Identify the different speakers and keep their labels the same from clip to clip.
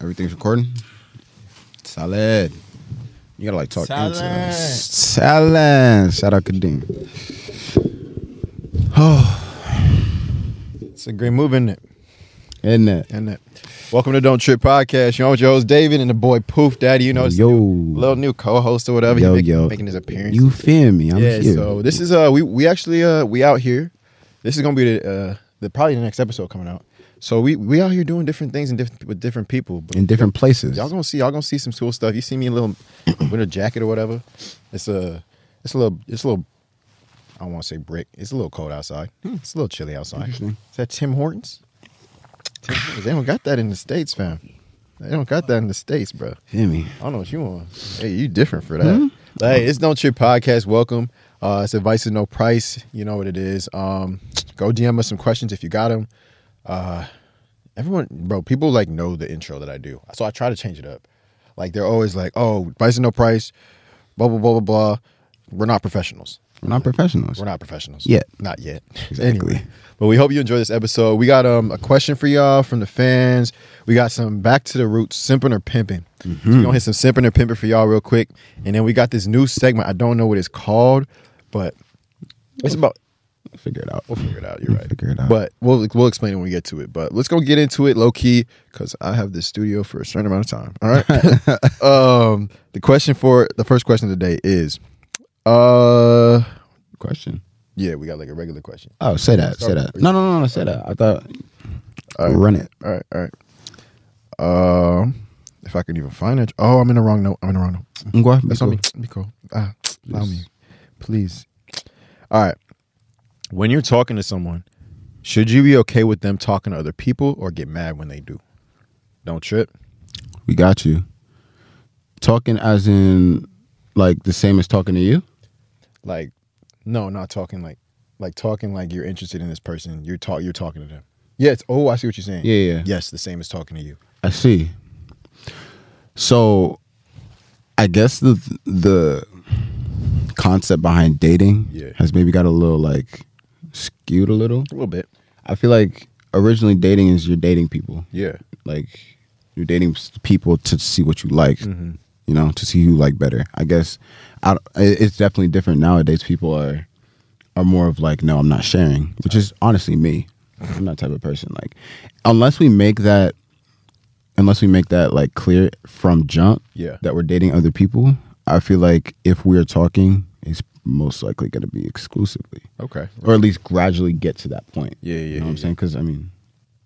Speaker 1: Everything's recording. Salad. You gotta like talk into it. Salad. Shout out Kadeem.
Speaker 2: It's a great move, isn't it?
Speaker 1: And that.
Speaker 2: Isn't it? Welcome to Don't Trip Podcast. You're on with your host David and the boy Poof Daddy. You know, it's the
Speaker 1: Yo.
Speaker 2: new- little new co-host or whatever.
Speaker 1: Yo,
Speaker 2: He make-
Speaker 1: yo.
Speaker 2: making his appearance.
Speaker 1: You feel me? I'm
Speaker 2: yeah.
Speaker 1: here.
Speaker 2: So this is uh, we we actually uh, we out here. This is gonna be the uh, the probably the next episode coming out. So we we out here doing different things and different with different people. But
Speaker 1: in different places.
Speaker 2: y'all gonna see y'all gonna see some cool stuff. You see me in a little winter jacket or whatever. It's a it's a little it's a little I don't want to say brick. It's a little cold outside. It's a little chilly outside.
Speaker 1: Interesting.
Speaker 2: Is that Tim Hortons? Tim Hortons. They don't got that in the states, fam. They don't got that in the states, bro.
Speaker 1: Feel me?
Speaker 2: I don't know what you want. Hey, you different for that. Hey, it's Don't Trip Podcast. Welcome. Uh, it's advice at no price. You know what it is. Um, go DM us some questions if you got them. Uh, everyone, bro, people like know the intro that I do, so I try to change it up. Like they're always like, "Oh, advice at no price," blah blah blah blah blah. We're not professionals.
Speaker 1: We're not professionals.
Speaker 2: We're not professionals
Speaker 1: Yet.
Speaker 2: Not yet.
Speaker 1: Exactly.
Speaker 2: Anyway, but we hope you enjoy this episode. We got um a question for y'all from the fans. We got some back to the roots, simping or pimping.
Speaker 1: Mm-hmm.
Speaker 2: So we're gonna hit some simping or pimping for y'all real quick, and then we got this new segment. I don't know what it's called, but it's about
Speaker 1: Figure it out.
Speaker 2: we'll figure it out. You're right.
Speaker 1: Figure it out.
Speaker 2: But we'll we'll explain it when we get to it. But let's go get into it low key because I have this studio for a certain amount of time. All right. um, the question for the first question today is, uh,
Speaker 1: Question.
Speaker 2: yeah, we got like a regular question.
Speaker 1: Oh, say that. Say that. No, no, no, no. Say that. I thought.
Speaker 2: All right.
Speaker 1: Run it.
Speaker 2: All right, all right. Um, if I can even find it. Oh, I'm in the wrong note. I'm in the wrong note.
Speaker 1: Ngwa,
Speaker 2: That's
Speaker 1: be
Speaker 2: on me.
Speaker 1: cool.
Speaker 2: Be cool. Ah, allow me, please. All right. When you're talking to someone, should you be okay with them talking to other people or get mad when they do? Don't trip.
Speaker 1: We got you. Talking as in like the same as talking to you?
Speaker 2: Like, no, not talking like, like talking like you're interested in this person. You're talk. You're talking to them. Yeah. It's, oh, I see what you're saying.
Speaker 1: Yeah, yeah.
Speaker 2: Yes, the same as talking to you.
Speaker 1: I see. So, I guess the the concept behind dating
Speaker 2: Yeah.
Speaker 1: has maybe got a little like skewed a little.
Speaker 2: A little bit.
Speaker 1: I feel like originally dating is you're dating people,
Speaker 2: Yeah.
Speaker 1: like you're dating s- people to see what you like,
Speaker 2: Mhm.
Speaker 1: you know, to see who you like better. I guess I, don't- it- it's definitely different nowadays. People are are more of like, no, I'm not sharing, which is honestly me. I'm that type of person. Like, unless we make that unless we make that like clear from jump
Speaker 2: Yeah.
Speaker 1: that we're dating other people, I feel like if we're talking, it's most likely going to be exclusively,
Speaker 2: Okay.
Speaker 1: or at least gradually get to that point.
Speaker 2: Yeah, yeah,
Speaker 1: You know
Speaker 2: yeah,
Speaker 1: what I'm
Speaker 2: yeah.
Speaker 1: saying? Because I mean,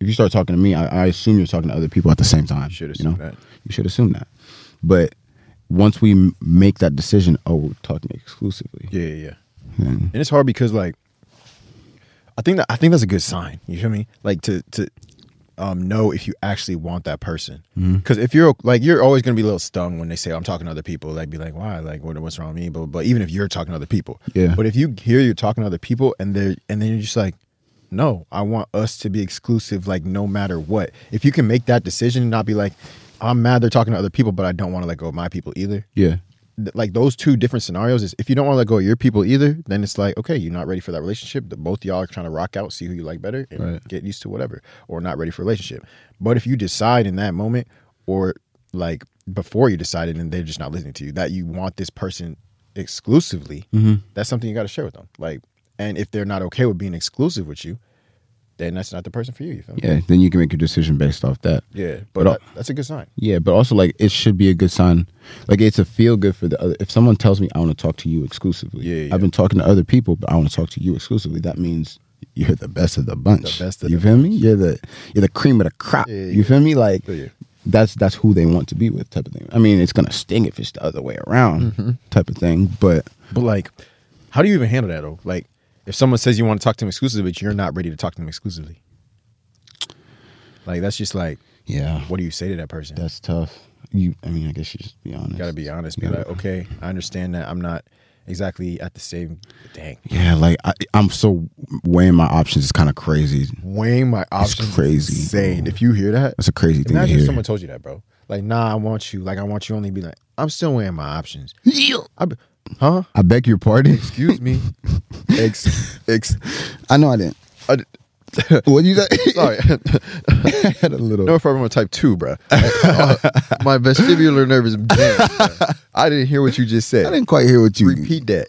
Speaker 1: if you start talking to me, I, I assume you're talking to other people at the same time.
Speaker 2: Should
Speaker 1: you
Speaker 2: assume
Speaker 1: know?
Speaker 2: that.
Speaker 1: You should assume that. But once we m- make that decision, oh, we're talking exclusively.
Speaker 2: Yeah. Yeah. yeah.
Speaker 1: then-
Speaker 2: and it's hard because like I think that I think that's a good sign. You feel me? Like to to um know if you actually want that person. Because if you're like you're always gonna be a little stung when they say I'm talking to other people. Like be like why? Like what, what's wrong with me? But but even if you're talking to other people,
Speaker 1: Yeah.
Speaker 2: But if you hear you're talking to other people and they're and then you're just like. No, I want us to be exclusive, like no matter what. If you can make that decision and not be like, I'm mad they're talking to other people, but I don't want to let go of my people either
Speaker 1: yeah.
Speaker 2: th- like those two different scenarios is if you don't want to let go of your people either, then it's like, okay, you're not ready for that relationship. The both of y'all are trying to rock out, see who you like better, and
Speaker 1: Right.
Speaker 2: get used to whatever, or not ready for a relationship. But if you decide in that moment, or like before you decided and they're just not listening to you, that you want this person exclusively,
Speaker 1: Mm-hmm.
Speaker 2: that's something you got to share with them. Like, and if they're not okay with being exclusive with you, then that's not the person for you. You feel me?
Speaker 1: Yeah. Then you can make your decision based off that.
Speaker 2: Yeah, but
Speaker 1: But al-
Speaker 2: that- that's a good sign.
Speaker 1: Yeah, but also like it should be a good sign. Like it's a feel good for the other. If someone tells me I want to talk to you exclusively,
Speaker 2: Yeah, yeah.
Speaker 1: I've been talking to other people, but I want to talk to you exclusively. That means you're the best of the bunch.
Speaker 2: The best of
Speaker 1: you
Speaker 2: the
Speaker 1: feel me? You're the you're the cream of the crop.
Speaker 2: Yeah, yeah,
Speaker 1: you feel me? Like
Speaker 2: Yeah, yeah.
Speaker 1: that's that's who they want to be with, type of thing. I mean, it's gonna sting if it's the other way around,
Speaker 2: Mm-hmm.
Speaker 1: type of thing. But
Speaker 2: But like, how do you even handle that though? Like, if someone says you want to talk to them exclusively, but you're not ready to talk to them exclusively, like that's just like,
Speaker 1: yeah,
Speaker 2: what do you say to that person?
Speaker 1: that's tough. You, I mean, I guess you just be honest.
Speaker 2: you gotta be honest. Be
Speaker 1: Yeah.
Speaker 2: like, okay, I understand that I'm not exactly at the same. Dang,
Speaker 1: Yeah, like I, I'm so weighing my options is kind of crazy.
Speaker 2: weighing my options. is
Speaker 1: crazy,
Speaker 2: insane.
Speaker 1: bro.
Speaker 2: If you hear that,
Speaker 1: That's a crazy thing to
Speaker 2: imagine
Speaker 1: hear.
Speaker 2: if someone told you that, bro. Like, nah, I want you. Like, I want you. Only be like, I'm still weighing my options. I, be- huh?
Speaker 1: I beg your pardon.
Speaker 2: Excuse me. Ex, ex.
Speaker 1: I know I didn't.
Speaker 2: I d-
Speaker 1: What you say?
Speaker 2: Sorry.
Speaker 1: I had a little.
Speaker 2: No problem with type two, bro. Uh, my vestibular nervous damage. bruh. I didn't hear what you just
Speaker 1: I
Speaker 2: said.
Speaker 1: didn't quite hear what you.
Speaker 2: Repeat that.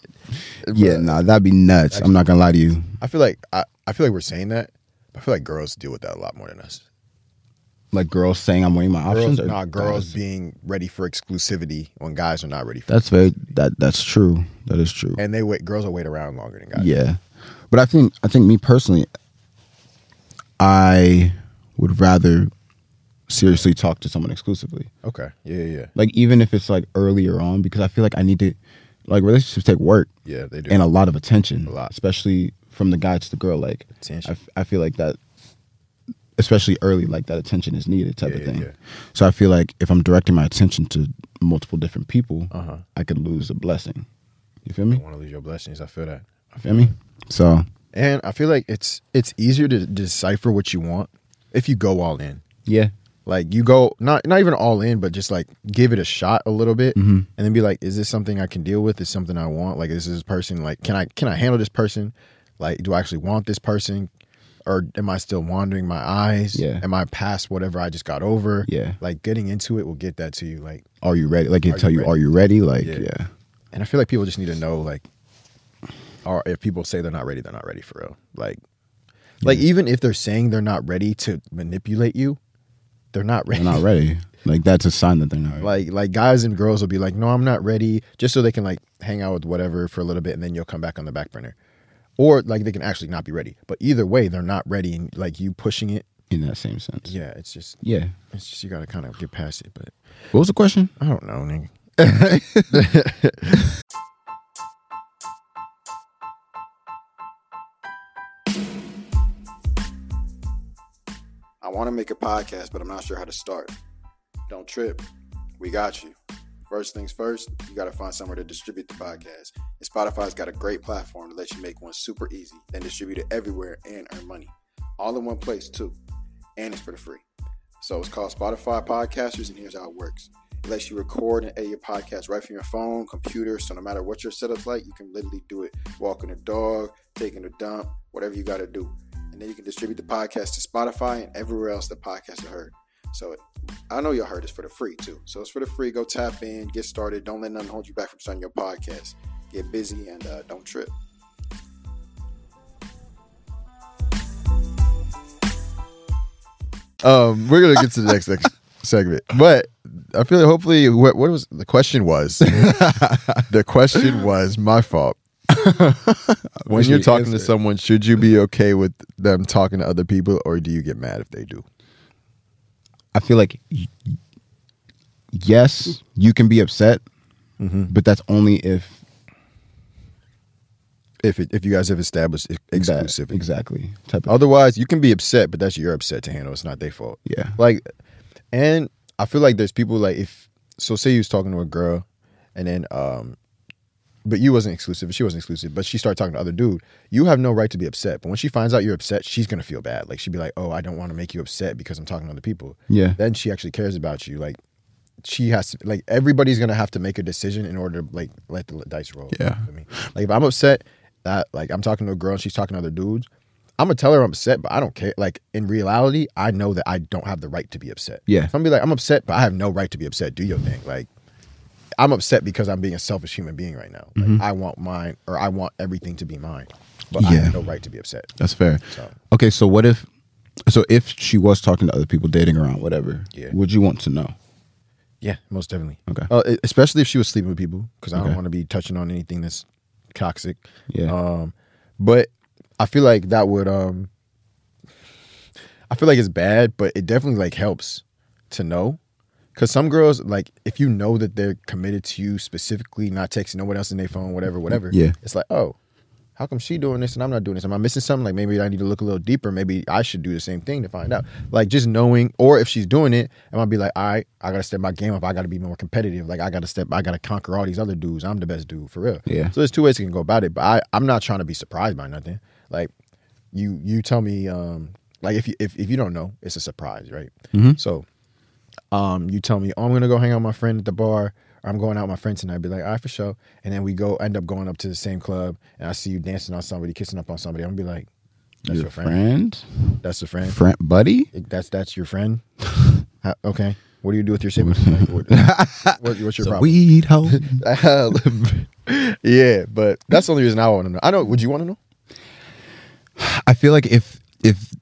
Speaker 1: Yeah,
Speaker 2: Bruh.
Speaker 1: nah, that'd be nuts. I'm not gonna lie to you.
Speaker 2: I feel like I, I feel like we're saying that. But I feel like girls deal with that a lot more than us.
Speaker 1: Like girls saying I'm weighing my options.
Speaker 2: Girls,
Speaker 1: or
Speaker 2: nah, girls
Speaker 1: guys?
Speaker 2: being ready for exclusivity when guys are not ready for.
Speaker 1: That's very that that's true. That is true.
Speaker 2: And they wait. Girls will wait around longer than guys.
Speaker 1: Yeah, but I think I think me personally, I would rather seriously talk to someone exclusively.
Speaker 2: Okay. Yeah. Yeah.
Speaker 1: Like even if it's like earlier on, because I feel like I need to, like relationships take work
Speaker 2: Yeah. Yeah, They do.
Speaker 1: and a lot of attention,
Speaker 2: A lot.
Speaker 1: especially from the guy to the girl. Like
Speaker 2: Attention.
Speaker 1: I, f- I feel like that, especially early, like that attention is needed type
Speaker 2: Yeah,
Speaker 1: of
Speaker 2: yeah,
Speaker 1: thing.
Speaker 2: yeah.
Speaker 1: So I feel like if I'm directing my attention to multiple different people,
Speaker 2: Uh-huh.
Speaker 1: I could lose a blessing. You feel
Speaker 2: I
Speaker 1: me?
Speaker 2: want to lose your blessings. I feel that.
Speaker 1: You feel me? So
Speaker 2: And I feel like it's it's easier to decipher what you want if you go all in.
Speaker 1: yeah,
Speaker 2: Like you go not not even all in, but just like give it a shot a little bit,
Speaker 1: Mm-hmm.
Speaker 2: and then be like, is this something I can deal with? Is something I want? Like is this person? Like can I can I handle this person? Like do I actually want this person? Or am I still wandering my eyes?
Speaker 1: Yeah.
Speaker 2: Am I past whatever I just got over?
Speaker 1: Yeah.
Speaker 2: Like getting into it will get that to you. Like,
Speaker 1: are you ready? Like they
Speaker 2: Are
Speaker 1: tell
Speaker 2: you
Speaker 1: you,
Speaker 2: ready?
Speaker 1: are you ready? Like
Speaker 2: Yeah.
Speaker 1: yeah.
Speaker 2: and I feel like people just need to know like, or if people say they're not ready, they're not ready for real. Like, like even if they're saying they're not ready to manipulate you, they're not ready.
Speaker 1: they're not ready. Like that's a sign that they're not ready.
Speaker 2: Like like guys and girls will be like, no, I'm not ready, just so they can like hang out with whatever for a little bit, and then you'll come back on the back burner, or like they can actually not be ready. But either way, they're not ready, and like you pushing it,
Speaker 1: in that same sense.
Speaker 2: yeah, it's just
Speaker 1: Yeah.
Speaker 2: it's just you gotta kind of get past it. But
Speaker 1: What was the question?
Speaker 2: I don't know, nigga.
Speaker 3: I want to make a podcast, but I'm not sure how to start. Don't trip. We got you. First things first, you got to find somewhere to distribute the podcast. And Spotify's got a great platform to let you make one super easy, then distribute it everywhere and earn money. All in one place, too. And it's for the free. So it's called Spotify Podcasters, and here's how it works. It lets you record and edit your podcast right from your phone, computer. So no matter what your setup's like, you can literally do it walking a dog, taking a dump, whatever you got to do. And then you can distribute the podcast to Spotify and everywhere else the podcast are heard. So I know y'all heard it's for the free too. So it's for the free. Go tap in, get started. Don't let nothing hold you back from starting your podcast. Get busy and uh, don't trip.
Speaker 2: Um, we're gonna get to the next, next segment, but I feel like hopefully what, what was the question was the question was my fault. when
Speaker 1: wish
Speaker 2: you're
Speaker 1: we
Speaker 2: talking to
Speaker 1: answered.
Speaker 2: someone, should you be okay with them talking to other people, or do you get mad if they do?
Speaker 1: I feel like y- yes, you can be upset,
Speaker 2: Mm-hmm.
Speaker 1: but that's only if
Speaker 2: If it, if you guys have established ex-
Speaker 1: that-
Speaker 2: exclusivity,
Speaker 1: exactly type of
Speaker 2: otherwise you can be upset, but that's your upset to handle. It's not their fault.
Speaker 1: yeah.
Speaker 2: like and i feel like there's people like if so say you was talking to a girl and then um but you wasn't exclusive she wasn't exclusive but she started talking to other dude you have no right to be upset but when she finds out you're upset she's gonna feel bad like she'd be like oh i don't want to make you upset because i'm talking to other people
Speaker 1: Yeah.
Speaker 2: then she actually cares about you like she has to like everybody's gonna have to make a decision in order to like let the dice roll
Speaker 1: Yeah.
Speaker 2: for me. like if i'm upset that like i'm talking to a girl and she's talking to other dudes i'm gonna tell her i'm upset but i don't care like in reality i know that i don't have the right to be upset
Speaker 1: Yeah.
Speaker 2: so i'm gonna be like i'm upset but i have no right to be upset do your thing like i'm upset because i'm being a selfish human being right now like, i want mine or i want everything to be mine but i
Speaker 1: Mm-hmm. Yeah.
Speaker 2: have no right to be upset
Speaker 1: That's fair.
Speaker 2: So-
Speaker 1: Okay, so what if so if she was talking to other people dating around whatever,
Speaker 2: Yeah.
Speaker 1: would you want to know?
Speaker 2: Yeah, most definitely.
Speaker 1: Okay.
Speaker 2: Uh, e- especially if she was sleeping with people, because I don't
Speaker 1: Okay.
Speaker 2: want to be touching on anything that's toxic.
Speaker 1: Yeah.
Speaker 2: Um, but I feel like that would. Um, I feel like it's bad, but it definitely like helps to know, because some girls like if you know that they're committed to you specifically, not texting no one else in their phone, whatever, whatever.
Speaker 1: Yeah.
Speaker 2: It's like oh. How come she doing this and I'm not doing this? Am I missing something? Like maybe I need to look a little deeper. Maybe I should do the same thing to find out. Like just knowing, or if she's doing it, I might be like, all right, I gotta step my game up. I gotta be more competitive. Like I gotta step, I gotta conquer all these other dudes. I'm the best dude for real.
Speaker 1: Yeah.
Speaker 2: So there's two ways you can go about it. But I, I'm not trying to be surprised by nothing. Like you, you tell me, um, like if you if, if you don't know, it's a surprise, right? So um, you tell me, oh, I'm gonna go hang out with my friend at the bar. Or I'm going out with my friend tonight. be like, all right, for sure. And then we go, end up going up to the same club, and I see you dancing on somebody, kissing up on somebody. I'm gonna be like, That's
Speaker 1: your
Speaker 2: your
Speaker 1: friend,
Speaker 2: That's a friend.
Speaker 1: friend, buddy.
Speaker 2: That's that's your friend. How- okay. What do you do with your siblings? Like, what, what- what's your
Speaker 1: So
Speaker 2: problem?
Speaker 1: weed hoe.
Speaker 2: yeah, but that's the only reason I want to know. I don't. Would you want to know?
Speaker 1: I feel like if if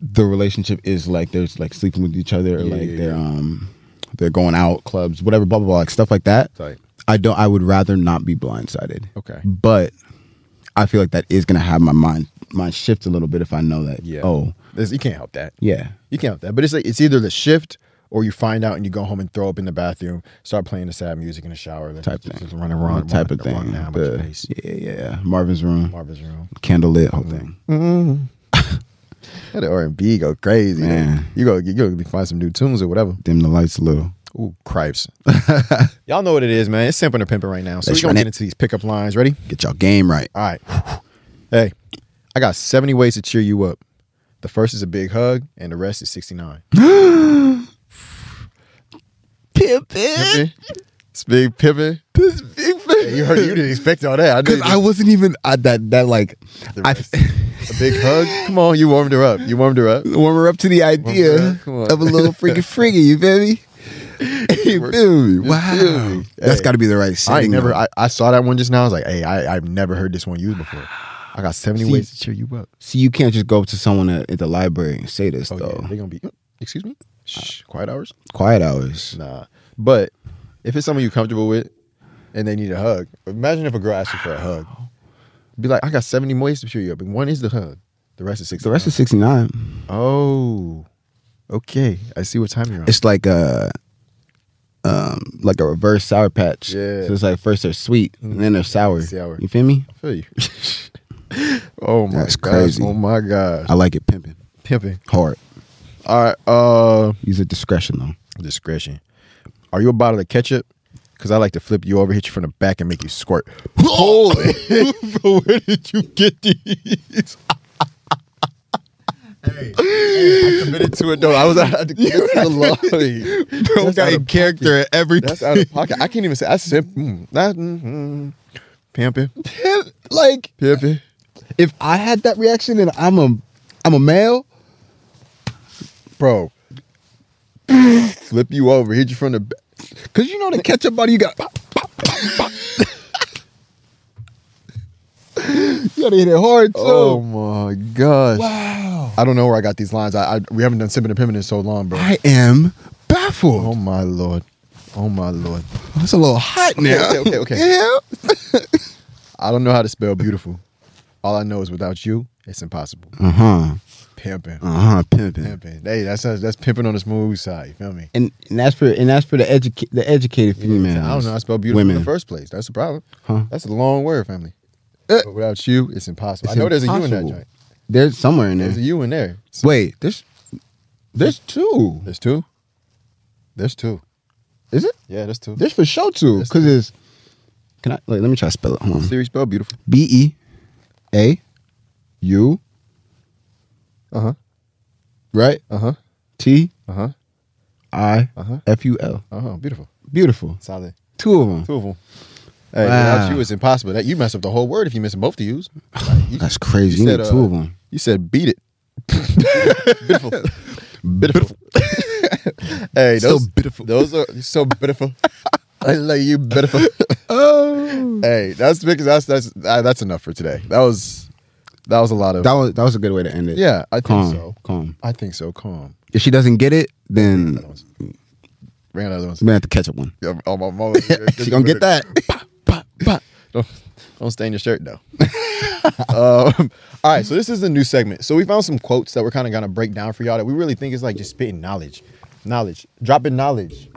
Speaker 1: the relationship is like there's like sleeping with each other, or
Speaker 2: Yeah,
Speaker 1: like
Speaker 2: yeah,
Speaker 1: they're
Speaker 2: yeah.
Speaker 1: um they're going out clubs, whatever, blah blah blah, like stuff like that.
Speaker 2: Tight.
Speaker 1: I don't. I would rather not be blindsided.
Speaker 2: Okay.
Speaker 1: but I feel like that is gonna have my mind mind shift a little bit if I know that.
Speaker 2: Yeah.
Speaker 1: Oh,
Speaker 2: There's- you can't help that.
Speaker 1: yeah.
Speaker 2: You can't help that. But it's like it's either the shift or you find out and you go home and throw up in the bathroom, start playing the sad music in the shower, like,
Speaker 1: Type
Speaker 2: just,
Speaker 1: thing.
Speaker 2: just running around,
Speaker 1: type of
Speaker 2: running around
Speaker 1: thing.
Speaker 2: down by your
Speaker 1: The-
Speaker 2: face.
Speaker 1: yeah, yeah. Marvin's room,
Speaker 2: Marvin's room.
Speaker 1: candlelit whole
Speaker 2: Mm-hmm.
Speaker 1: thing.
Speaker 2: That R and B go crazy.
Speaker 1: Man.
Speaker 2: You go, you go find some new tunes or whatever.
Speaker 1: Dim the lights a little.
Speaker 2: Ooh, cripes. Y'all know what it is, man. It's simping and pimping right now. So
Speaker 1: Let's
Speaker 2: we're gonna
Speaker 1: run
Speaker 2: get
Speaker 1: it.
Speaker 2: into these pickup lines. Ready?
Speaker 1: Get y'all game right.
Speaker 2: All right. Hey, I got 70 ways to cheer you up. The first is a big hug, and the rest is 69.
Speaker 1: Pippin.
Speaker 2: It's big pimping.
Speaker 1: This big
Speaker 2: You heard you didn't expect all that. I
Speaker 1: Because
Speaker 2: did
Speaker 1: I wasn't even I, that that like I
Speaker 2: rest. a big hug. Come on, you warmed her up. You warmed her up.
Speaker 1: warm her up to the
Speaker 2: her
Speaker 1: idea
Speaker 2: up, come on.
Speaker 1: of a little freaky freaky. You feel me? You feel me?
Speaker 2: feel
Speaker 1: Wow,
Speaker 2: me.
Speaker 1: that's
Speaker 2: Hey.
Speaker 1: got to be the right
Speaker 2: I ain't
Speaker 1: setting.
Speaker 2: never.
Speaker 1: though.
Speaker 2: I, I saw that one just now. I was like, hey, I, I've never heard this one used before. I got 70
Speaker 1: See-
Speaker 2: ways to cheer you up.
Speaker 1: See, you can't just go up to someone at, at the library and say this
Speaker 2: Oh,
Speaker 1: though.
Speaker 2: yeah. They're gonna be. Excuse me. Shh, quiet hours.
Speaker 1: Quiet hours.
Speaker 2: Nah. But if it's someone you're comfortable with and they need a hug, imagine if a girl asked you for a hug. Be like, I got 70 ways to cheer you up. And one is the hug. The rest is six.
Speaker 1: The rest is sixty nine.
Speaker 2: Oh. Okay. I see what time you're on.
Speaker 1: It's like a um like a reverse sour patch.
Speaker 2: Yeah. Mm-hmm.
Speaker 1: So it's like first they're sweet and then they're sour.
Speaker 2: Sour.
Speaker 1: You feel me?
Speaker 2: I feel you. oh my
Speaker 1: That's
Speaker 2: gosh.
Speaker 1: crazy.
Speaker 2: Oh my gosh.
Speaker 1: I like it pimping
Speaker 2: Pimping.
Speaker 1: hard.
Speaker 2: All right. Uh
Speaker 1: Use it discretion though.
Speaker 2: discretion. Are you a bottle of ketchup? Cause I like to flip you over, hit you from the back, and make you squirt. Holy, bro, where did you get these? hey, I committed to it though. I was out of the
Speaker 1: Bro,
Speaker 2: got in
Speaker 1: character at every
Speaker 2: That's out of pocket. I can't even say. I simp. Mm, not, mm, mm, pimping,
Speaker 1: like
Speaker 2: pimping.
Speaker 1: if I had that reaction and I'm a I'm a male,
Speaker 2: bro. flip you over, hit you from the back.
Speaker 1: cause you know the ketchup bottle you got You gotta hit it hard too.
Speaker 2: Oh my gosh!
Speaker 1: Wow.
Speaker 2: I don't know where I got these lines. I, I we haven't done simping and pimping in so long, bro.
Speaker 1: I am
Speaker 2: Oh
Speaker 1: baffled.
Speaker 2: my lord. Oh my lord.
Speaker 1: That's a little hot now.
Speaker 2: okay, okay, okay.
Speaker 1: Yeah.
Speaker 2: I don't know how to spell beautiful. All I know is without you, it's impossible.
Speaker 1: Uh-huh.
Speaker 2: Pimping.
Speaker 1: Uh-huh. Pimping.
Speaker 2: Pimping. Hey, that's that's pimping on the smooth side. You feel me?
Speaker 1: and and that's for and that's for the educa- the educated females.
Speaker 2: I don't know how to spell beautiful
Speaker 1: women.
Speaker 2: in the first place. That's the problem.
Speaker 1: Huh?
Speaker 2: That's a long word, family. But without you, it's impossible.
Speaker 1: It's
Speaker 2: I know there's a U in that
Speaker 1: impossible.
Speaker 2: joint.
Speaker 1: There's somewhere in there.
Speaker 2: There's a U in there. So-
Speaker 1: Wait, there's there's two.
Speaker 2: There's two? There's two.
Speaker 1: Is it?
Speaker 2: Yeah, there's two.
Speaker 1: There's for sure two.
Speaker 2: There's
Speaker 1: Cause it's can I like, let me try to spell it. Hold on.
Speaker 2: Siri spell beautiful.
Speaker 1: B E A U
Speaker 2: Uh-huh.
Speaker 1: right
Speaker 2: Uh-huh.
Speaker 1: T
Speaker 2: Uh-huh.
Speaker 1: I
Speaker 2: Uh-huh.
Speaker 1: F U L.
Speaker 2: Uh-huh. Beautiful.
Speaker 1: Beautiful.
Speaker 2: Solid.
Speaker 1: Two of them.
Speaker 2: Two of them. Hey,
Speaker 1: Wow.
Speaker 2: without you, it's impossible. That you mess up the whole word if you miss both the U's. Like, you-
Speaker 1: That's crazy. You,
Speaker 2: said,
Speaker 1: need
Speaker 2: uh,
Speaker 1: two of them.
Speaker 2: You said beat it. beautiful.
Speaker 1: uh,
Speaker 2: Beautiful. hey,
Speaker 1: So
Speaker 2: those, beautiful. Those are so beautiful. I love you, beautiful.
Speaker 1: Oh,
Speaker 2: hey, that's because that's that's uh, that's enough for today. That was that was a lot of
Speaker 1: that was that was a good way to end it.
Speaker 2: yeah. I think
Speaker 1: calm,
Speaker 2: so.
Speaker 1: calm.
Speaker 2: I think so. Calm.
Speaker 1: If she doesn't get it, then
Speaker 2: That was-
Speaker 1: Mm.
Speaker 2: Ran out of those.
Speaker 1: we have to catch up one.
Speaker 2: Yeah, Oh, my mama.
Speaker 1: She gonna get that. Pop, pop, pop.
Speaker 2: Don't, don't stain your shirt though. um, all right, so this is the new segment. So we found some quotes that we're kind of gonna break down for y'all that we really think is like just spitting knowledge, knowledge, dropping knowledge,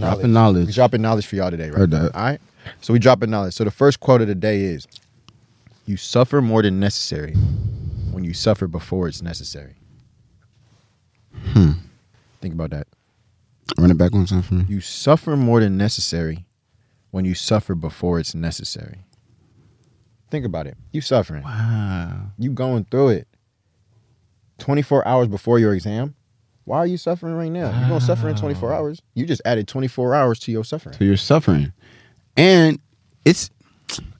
Speaker 1: Mm-hmm.
Speaker 2: knowledge,
Speaker 1: Dropping knowledge.
Speaker 2: We dropping knowledge for y'all today, right?
Speaker 1: Heard that.
Speaker 2: All right, so we dropping knowledge. So the first quote of the day is, "You suffer more than necessary when you suffer before it's necessary."
Speaker 1: Hmm.
Speaker 2: Think about that.
Speaker 1: Run it back one time for me.
Speaker 2: You suffer more than necessary when you suffer before it's necessary. Think about it. You suffering.
Speaker 1: Wow.
Speaker 2: You going through it. 24 hours before your exam. Why are you suffering right now? You're going to suffer in 24 hours. You just added 24 hours to your suffering.
Speaker 1: So you're suffering, and it's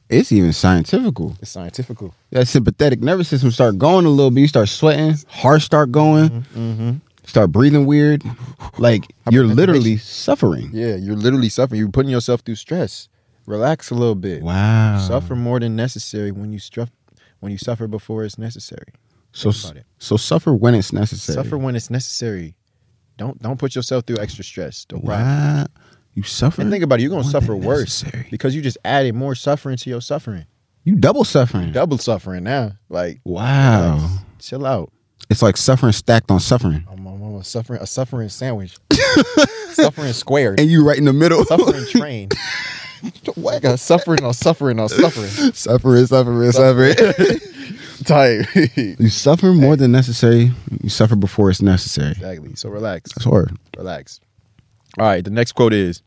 Speaker 1: It's even scientifical.
Speaker 2: It's scientifical.
Speaker 1: That sympathetic nervous system start going a little bit. You start sweating. Heart start going. Mm-hmm. Start breathing weird. Like you're literally suffering.
Speaker 2: Yeah, you're literally suffering. You're putting yourself through stress. Relax a little bit.
Speaker 1: Wow.
Speaker 2: Suffer more than necessary when you struff when you suffer before it's necessary.
Speaker 1: So
Speaker 2: Think about it.
Speaker 1: so suffer when it's necessary.
Speaker 2: Suffer when it's necessary. Don't don't put yourself through extra stress. Don't wow.
Speaker 1: Wow. You suffer.
Speaker 2: And think about it, you're gonna
Speaker 1: when
Speaker 2: suffer worse
Speaker 1: necessary.
Speaker 2: because you just added more suffering to your suffering.
Speaker 1: You double suffering.
Speaker 2: Double suffering now. Like
Speaker 1: wow.
Speaker 2: chill out.
Speaker 1: It's like suffering stacked on suffering.
Speaker 2: I'm, I'm- I'm a suffering a suffering sandwich. suffering squared.
Speaker 1: And you right in the middle.
Speaker 2: suffering train. what? Got suffering on suffering on suffering.
Speaker 1: suffering, suffering, suffering.
Speaker 2: Tired.
Speaker 1: you suffer more than necessary. You suffer before it's necessary.
Speaker 2: exactly. So relax.
Speaker 1: That's hard.
Speaker 2: Relax. All right. The next quote is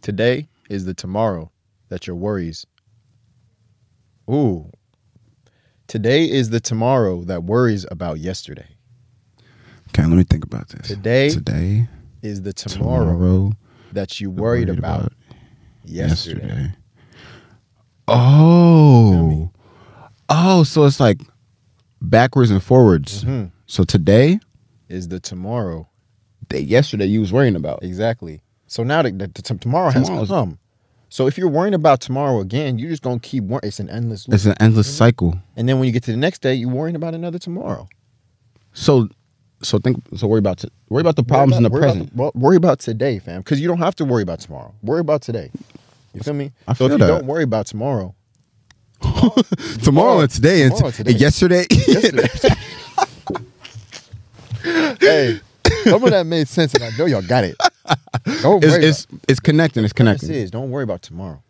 Speaker 2: Today is the tomorrow that your worries. Ooh. Today is the tomorrow that worries about yesterday.
Speaker 1: Okay, let me think about this.
Speaker 2: Today,
Speaker 1: Today,
Speaker 2: is the tomorrow,
Speaker 1: tomorrow,
Speaker 2: that you worried, about, yesterday.
Speaker 1: yesterday. Oh. Oh, so it's like backwards and forwards.
Speaker 2: Mhm.
Speaker 1: So today,
Speaker 2: Is the tomorrow.
Speaker 1: that yesterday you was worrying about.
Speaker 2: Exactly. So now that the, t- tomorrow has
Speaker 1: Tomorrow's-
Speaker 2: come. So if you're worrying about tomorrow again, you're just going to keep worrying. It's an endless loop.
Speaker 1: It's an endless cycle.
Speaker 2: and then when you get to the next day, you're worrying about another tomorrow.
Speaker 1: So so think so worry about t- worry about the problems in the
Speaker 2: worry about-
Speaker 1: present.
Speaker 2: worry about, well, worry about today, fam, because you don't have to worry about tomorrow. Worry about today. You feel me?
Speaker 1: I
Speaker 2: so if
Speaker 1: feel
Speaker 2: you
Speaker 1: that.
Speaker 2: don't worry about tomorrow,
Speaker 1: tomorrow and today and,
Speaker 2: Tomorrow and
Speaker 1: t-
Speaker 2: today.
Speaker 1: and yesterday.
Speaker 2: yesterday. hey, some of that made sense, and I know y'all got it. Don't worry.
Speaker 1: it's, it's it's connecting, it's
Speaker 2: about, this
Speaker 1: connecting.
Speaker 2: is don't worry about tomorrow.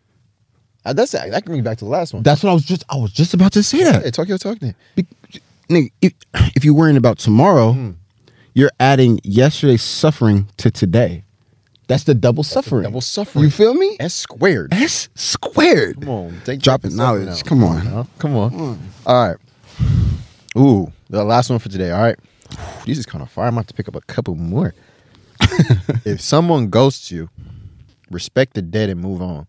Speaker 2: Uh, that's that can bring me back to the last one.
Speaker 1: That's what I was just I was just about to say that.
Speaker 2: hey, talk your talk then.
Speaker 1: Be- nigga, if, if you're worrying about tomorrow,
Speaker 2: Hmm.
Speaker 1: you're adding yesterday's suffering to today. That's the double suffering.
Speaker 2: double suffering.
Speaker 1: You feel me?
Speaker 2: S squared.
Speaker 1: S squared.
Speaker 2: Come on, take
Speaker 1: Dropping knowledge.
Speaker 2: yourself out.
Speaker 1: Come on.
Speaker 2: No, Come on. All right. Ooh, the last one for today. All right. These is kind of fire. I'm about to pick up a couple more. if someone ghosts you, respect the dead and move on.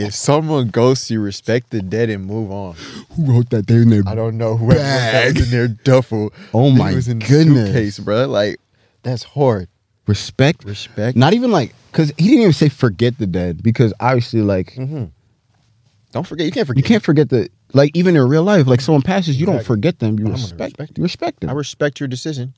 Speaker 2: If someone ghosts you, respect the dead and move on.
Speaker 1: Who wrote that there in their
Speaker 2: I don't know whoever that was in their duffel.
Speaker 1: Oh
Speaker 2: I think it
Speaker 1: my
Speaker 2: was in the
Speaker 1: goodness.
Speaker 2: suitcase, bro. Like that's hard.
Speaker 1: respect?
Speaker 2: Respect.
Speaker 1: Not even like because he didn't even say forget the dead because obviously like
Speaker 2: Mm-hmm. Don't forget, you can't
Speaker 1: you
Speaker 2: forget.
Speaker 1: can't forget the like even in real life like someone passes you don't
Speaker 2: Exactly.
Speaker 1: forget them you
Speaker 2: I'm gonna
Speaker 1: respect
Speaker 2: respect
Speaker 1: you respect them.
Speaker 2: I respect your decision.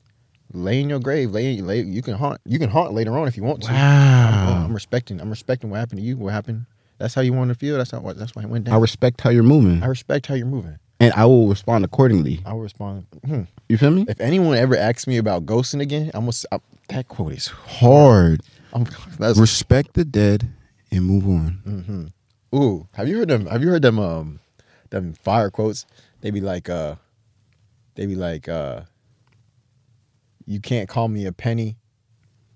Speaker 2: Lay in your grave. Lay, lay. You can haunt. You can haunt later on if you want to. I'm,
Speaker 1: wow.
Speaker 2: Oh, I'm respecting. I'm respecting what happened to you. What happened? That's how you want to feel. That's how. That's why it went down.
Speaker 1: I respect how you're moving
Speaker 2: I respect how you're moving.
Speaker 1: and I will respond accordingly.
Speaker 2: I will respond. Hmm.
Speaker 1: You feel me?
Speaker 2: If anyone ever asks me about ghosting again, I'm gonna. s- I, that quote is.
Speaker 1: Hard.
Speaker 2: I'm, that's Mm.
Speaker 1: Respect the dead and move on.
Speaker 2: ooh. Have you heard them? Have you heard them? Um, them fire quotes. They be like, uh, they be like, uh, you can't call me a penny,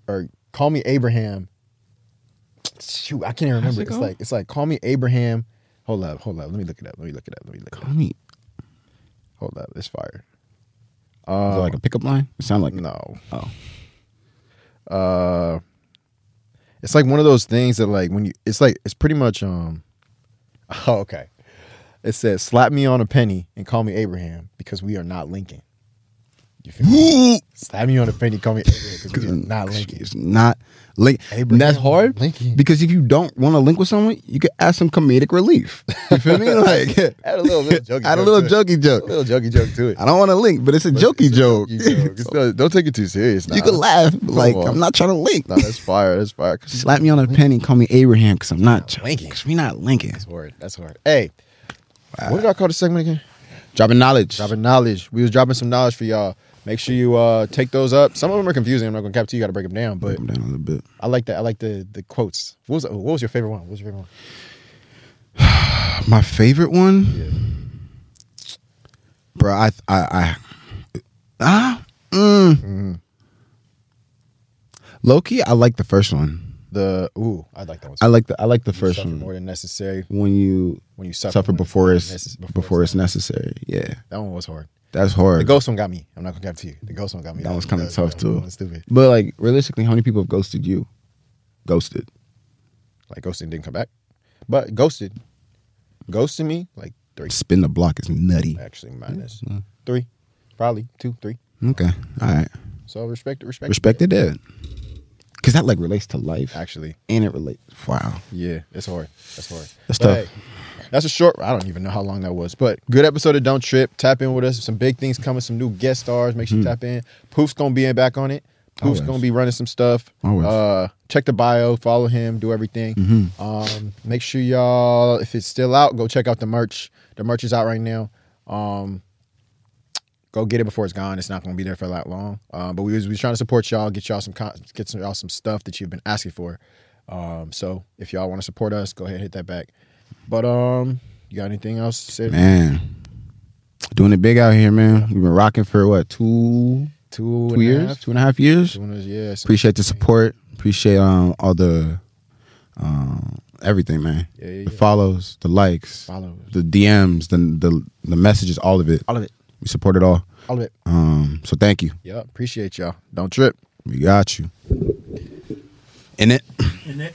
Speaker 2: or call me Abraham. Shoot, I can't even remember.
Speaker 1: it
Speaker 2: It's
Speaker 1: go?
Speaker 2: like it's like call me Abraham. Hold up, hold up. Let me look it up. Let me look it up. Let me look it up.
Speaker 1: Call me.
Speaker 2: Hold up, it's fire.
Speaker 1: Is it like a pickup line? It sound like
Speaker 2: Uh, No,
Speaker 1: oh.
Speaker 2: uh, it's like one of those things that like when you, it's like it's pretty much um. Oh, okay, it says slap me on a penny and call me Abraham because we are not Lincoln. You feel me? Slap me on a penny, call me Abraham because we are not Lincoln.
Speaker 1: Mm, It's not link.
Speaker 2: Abraham
Speaker 1: And that's hard
Speaker 2: Lincoln.
Speaker 1: because if you don't want to link with someone, you could add some comedic relief. You feel me? Like
Speaker 2: Add a little bit of jokey
Speaker 1: add a
Speaker 2: joke
Speaker 1: little
Speaker 2: to it.
Speaker 1: jokey
Speaker 2: a
Speaker 1: joke.
Speaker 2: little jokey joke to it.
Speaker 1: I don't want to link, but it's a jokey joke.
Speaker 2: You know, it's not- don't take it too serious. Now.
Speaker 1: You can laugh. Like
Speaker 2: on.
Speaker 1: I'm not trying to link.
Speaker 2: No, that's fire. That's fire. 'Cause
Speaker 1: Slap me on the penny, call me Abraham, because I'm not trying-
Speaker 2: Lincoln.
Speaker 1: we not linking.
Speaker 2: That's hard. That's hard. Ah. Hey, what did I call the segment again?
Speaker 1: Dropping knowledge.
Speaker 2: Dropping knowledge. We was dropping some knowledge for y'all. Make sure you uh, take those up. Some of them are confusing. I'm not gonna cap to you. Got to break them down. But
Speaker 1: Come down a little bit.
Speaker 2: I like that. I like the the quotes. What was what was your favorite one? What was your favorite one?
Speaker 1: My favorite one, bro. I I I ah mm.
Speaker 2: Mm-hmm.
Speaker 1: Loki. I like the first one.
Speaker 2: The ooh, I like that one.
Speaker 1: I like the I like the
Speaker 2: You
Speaker 1: first
Speaker 2: suffer
Speaker 1: one.
Speaker 2: more than necessary.
Speaker 1: when you
Speaker 2: When you suffer,
Speaker 1: suffer,
Speaker 2: when-
Speaker 1: before it's
Speaker 2: necess-
Speaker 1: before, it's necessary. Yeah,
Speaker 2: That one was hard.
Speaker 1: that's hard.
Speaker 2: The ghost one got me. I'm not gonna cap to you. The ghost one got me.
Speaker 1: that one's kind of tough
Speaker 2: that
Speaker 1: too.
Speaker 2: one was stupid.
Speaker 1: But like realistically, how many people have ghosted you? Ghosted.
Speaker 2: Like ghosting didn't come back. But ghosted, ghosted me like three.
Speaker 1: Spin the block is nutty.
Speaker 2: Actually, minus
Speaker 1: Mm-hmm.
Speaker 2: three, probably two, three.
Speaker 1: Okay. All right.
Speaker 2: So respect, respect,
Speaker 1: Respected it. Cause that like relates to life.
Speaker 2: Actually,
Speaker 1: And it relates. Wow.
Speaker 2: yeah, it's hard. That's hard.
Speaker 1: That's
Speaker 2: But
Speaker 1: tough.
Speaker 2: hey, that's a short. I don't even know how long that was, but good episode of Don't Trip. Tap in with us. Some big things coming. Some new guest stars. Make sure you tap in. Poof's gonna be in back on it. Poof's
Speaker 1: Hmm. Always.
Speaker 2: gonna be running some stuff.
Speaker 1: Always. Mm-hmm.
Speaker 2: Uh, check the bio. Follow him. Do everything. Um, make sure y'all, if it's still out, go check out the merch. The merch is out right now. Um, go get it before it's gone. It's not going to be there for that long. Uh, but we was, we was trying to support y'all, get y'all some con- get some y'all some stuff that you've been asking for. Um, so if y'all want to support us, go ahead hit that back. But um, you got anything else? to say?
Speaker 1: Man. Doing it big out here, man. We've been rocking for what, two
Speaker 2: two,
Speaker 1: two
Speaker 2: and a
Speaker 1: years?
Speaker 2: half?
Speaker 1: Two and a half years?
Speaker 2: Two and a- yeah. so-
Speaker 1: Appreciate the support. Appreciate um all the um everything, man.
Speaker 2: Yeah, yeah,
Speaker 1: The
Speaker 2: yeah.
Speaker 1: follows, the likes,
Speaker 2: Follow us.
Speaker 1: the DMs, the the the messages, all of it.
Speaker 2: all of it,
Speaker 1: We support it all.
Speaker 2: all of it.
Speaker 1: Um, so thank you.
Speaker 2: Yeah, appreciate y'all. Don't trip.
Speaker 1: We got you. In it.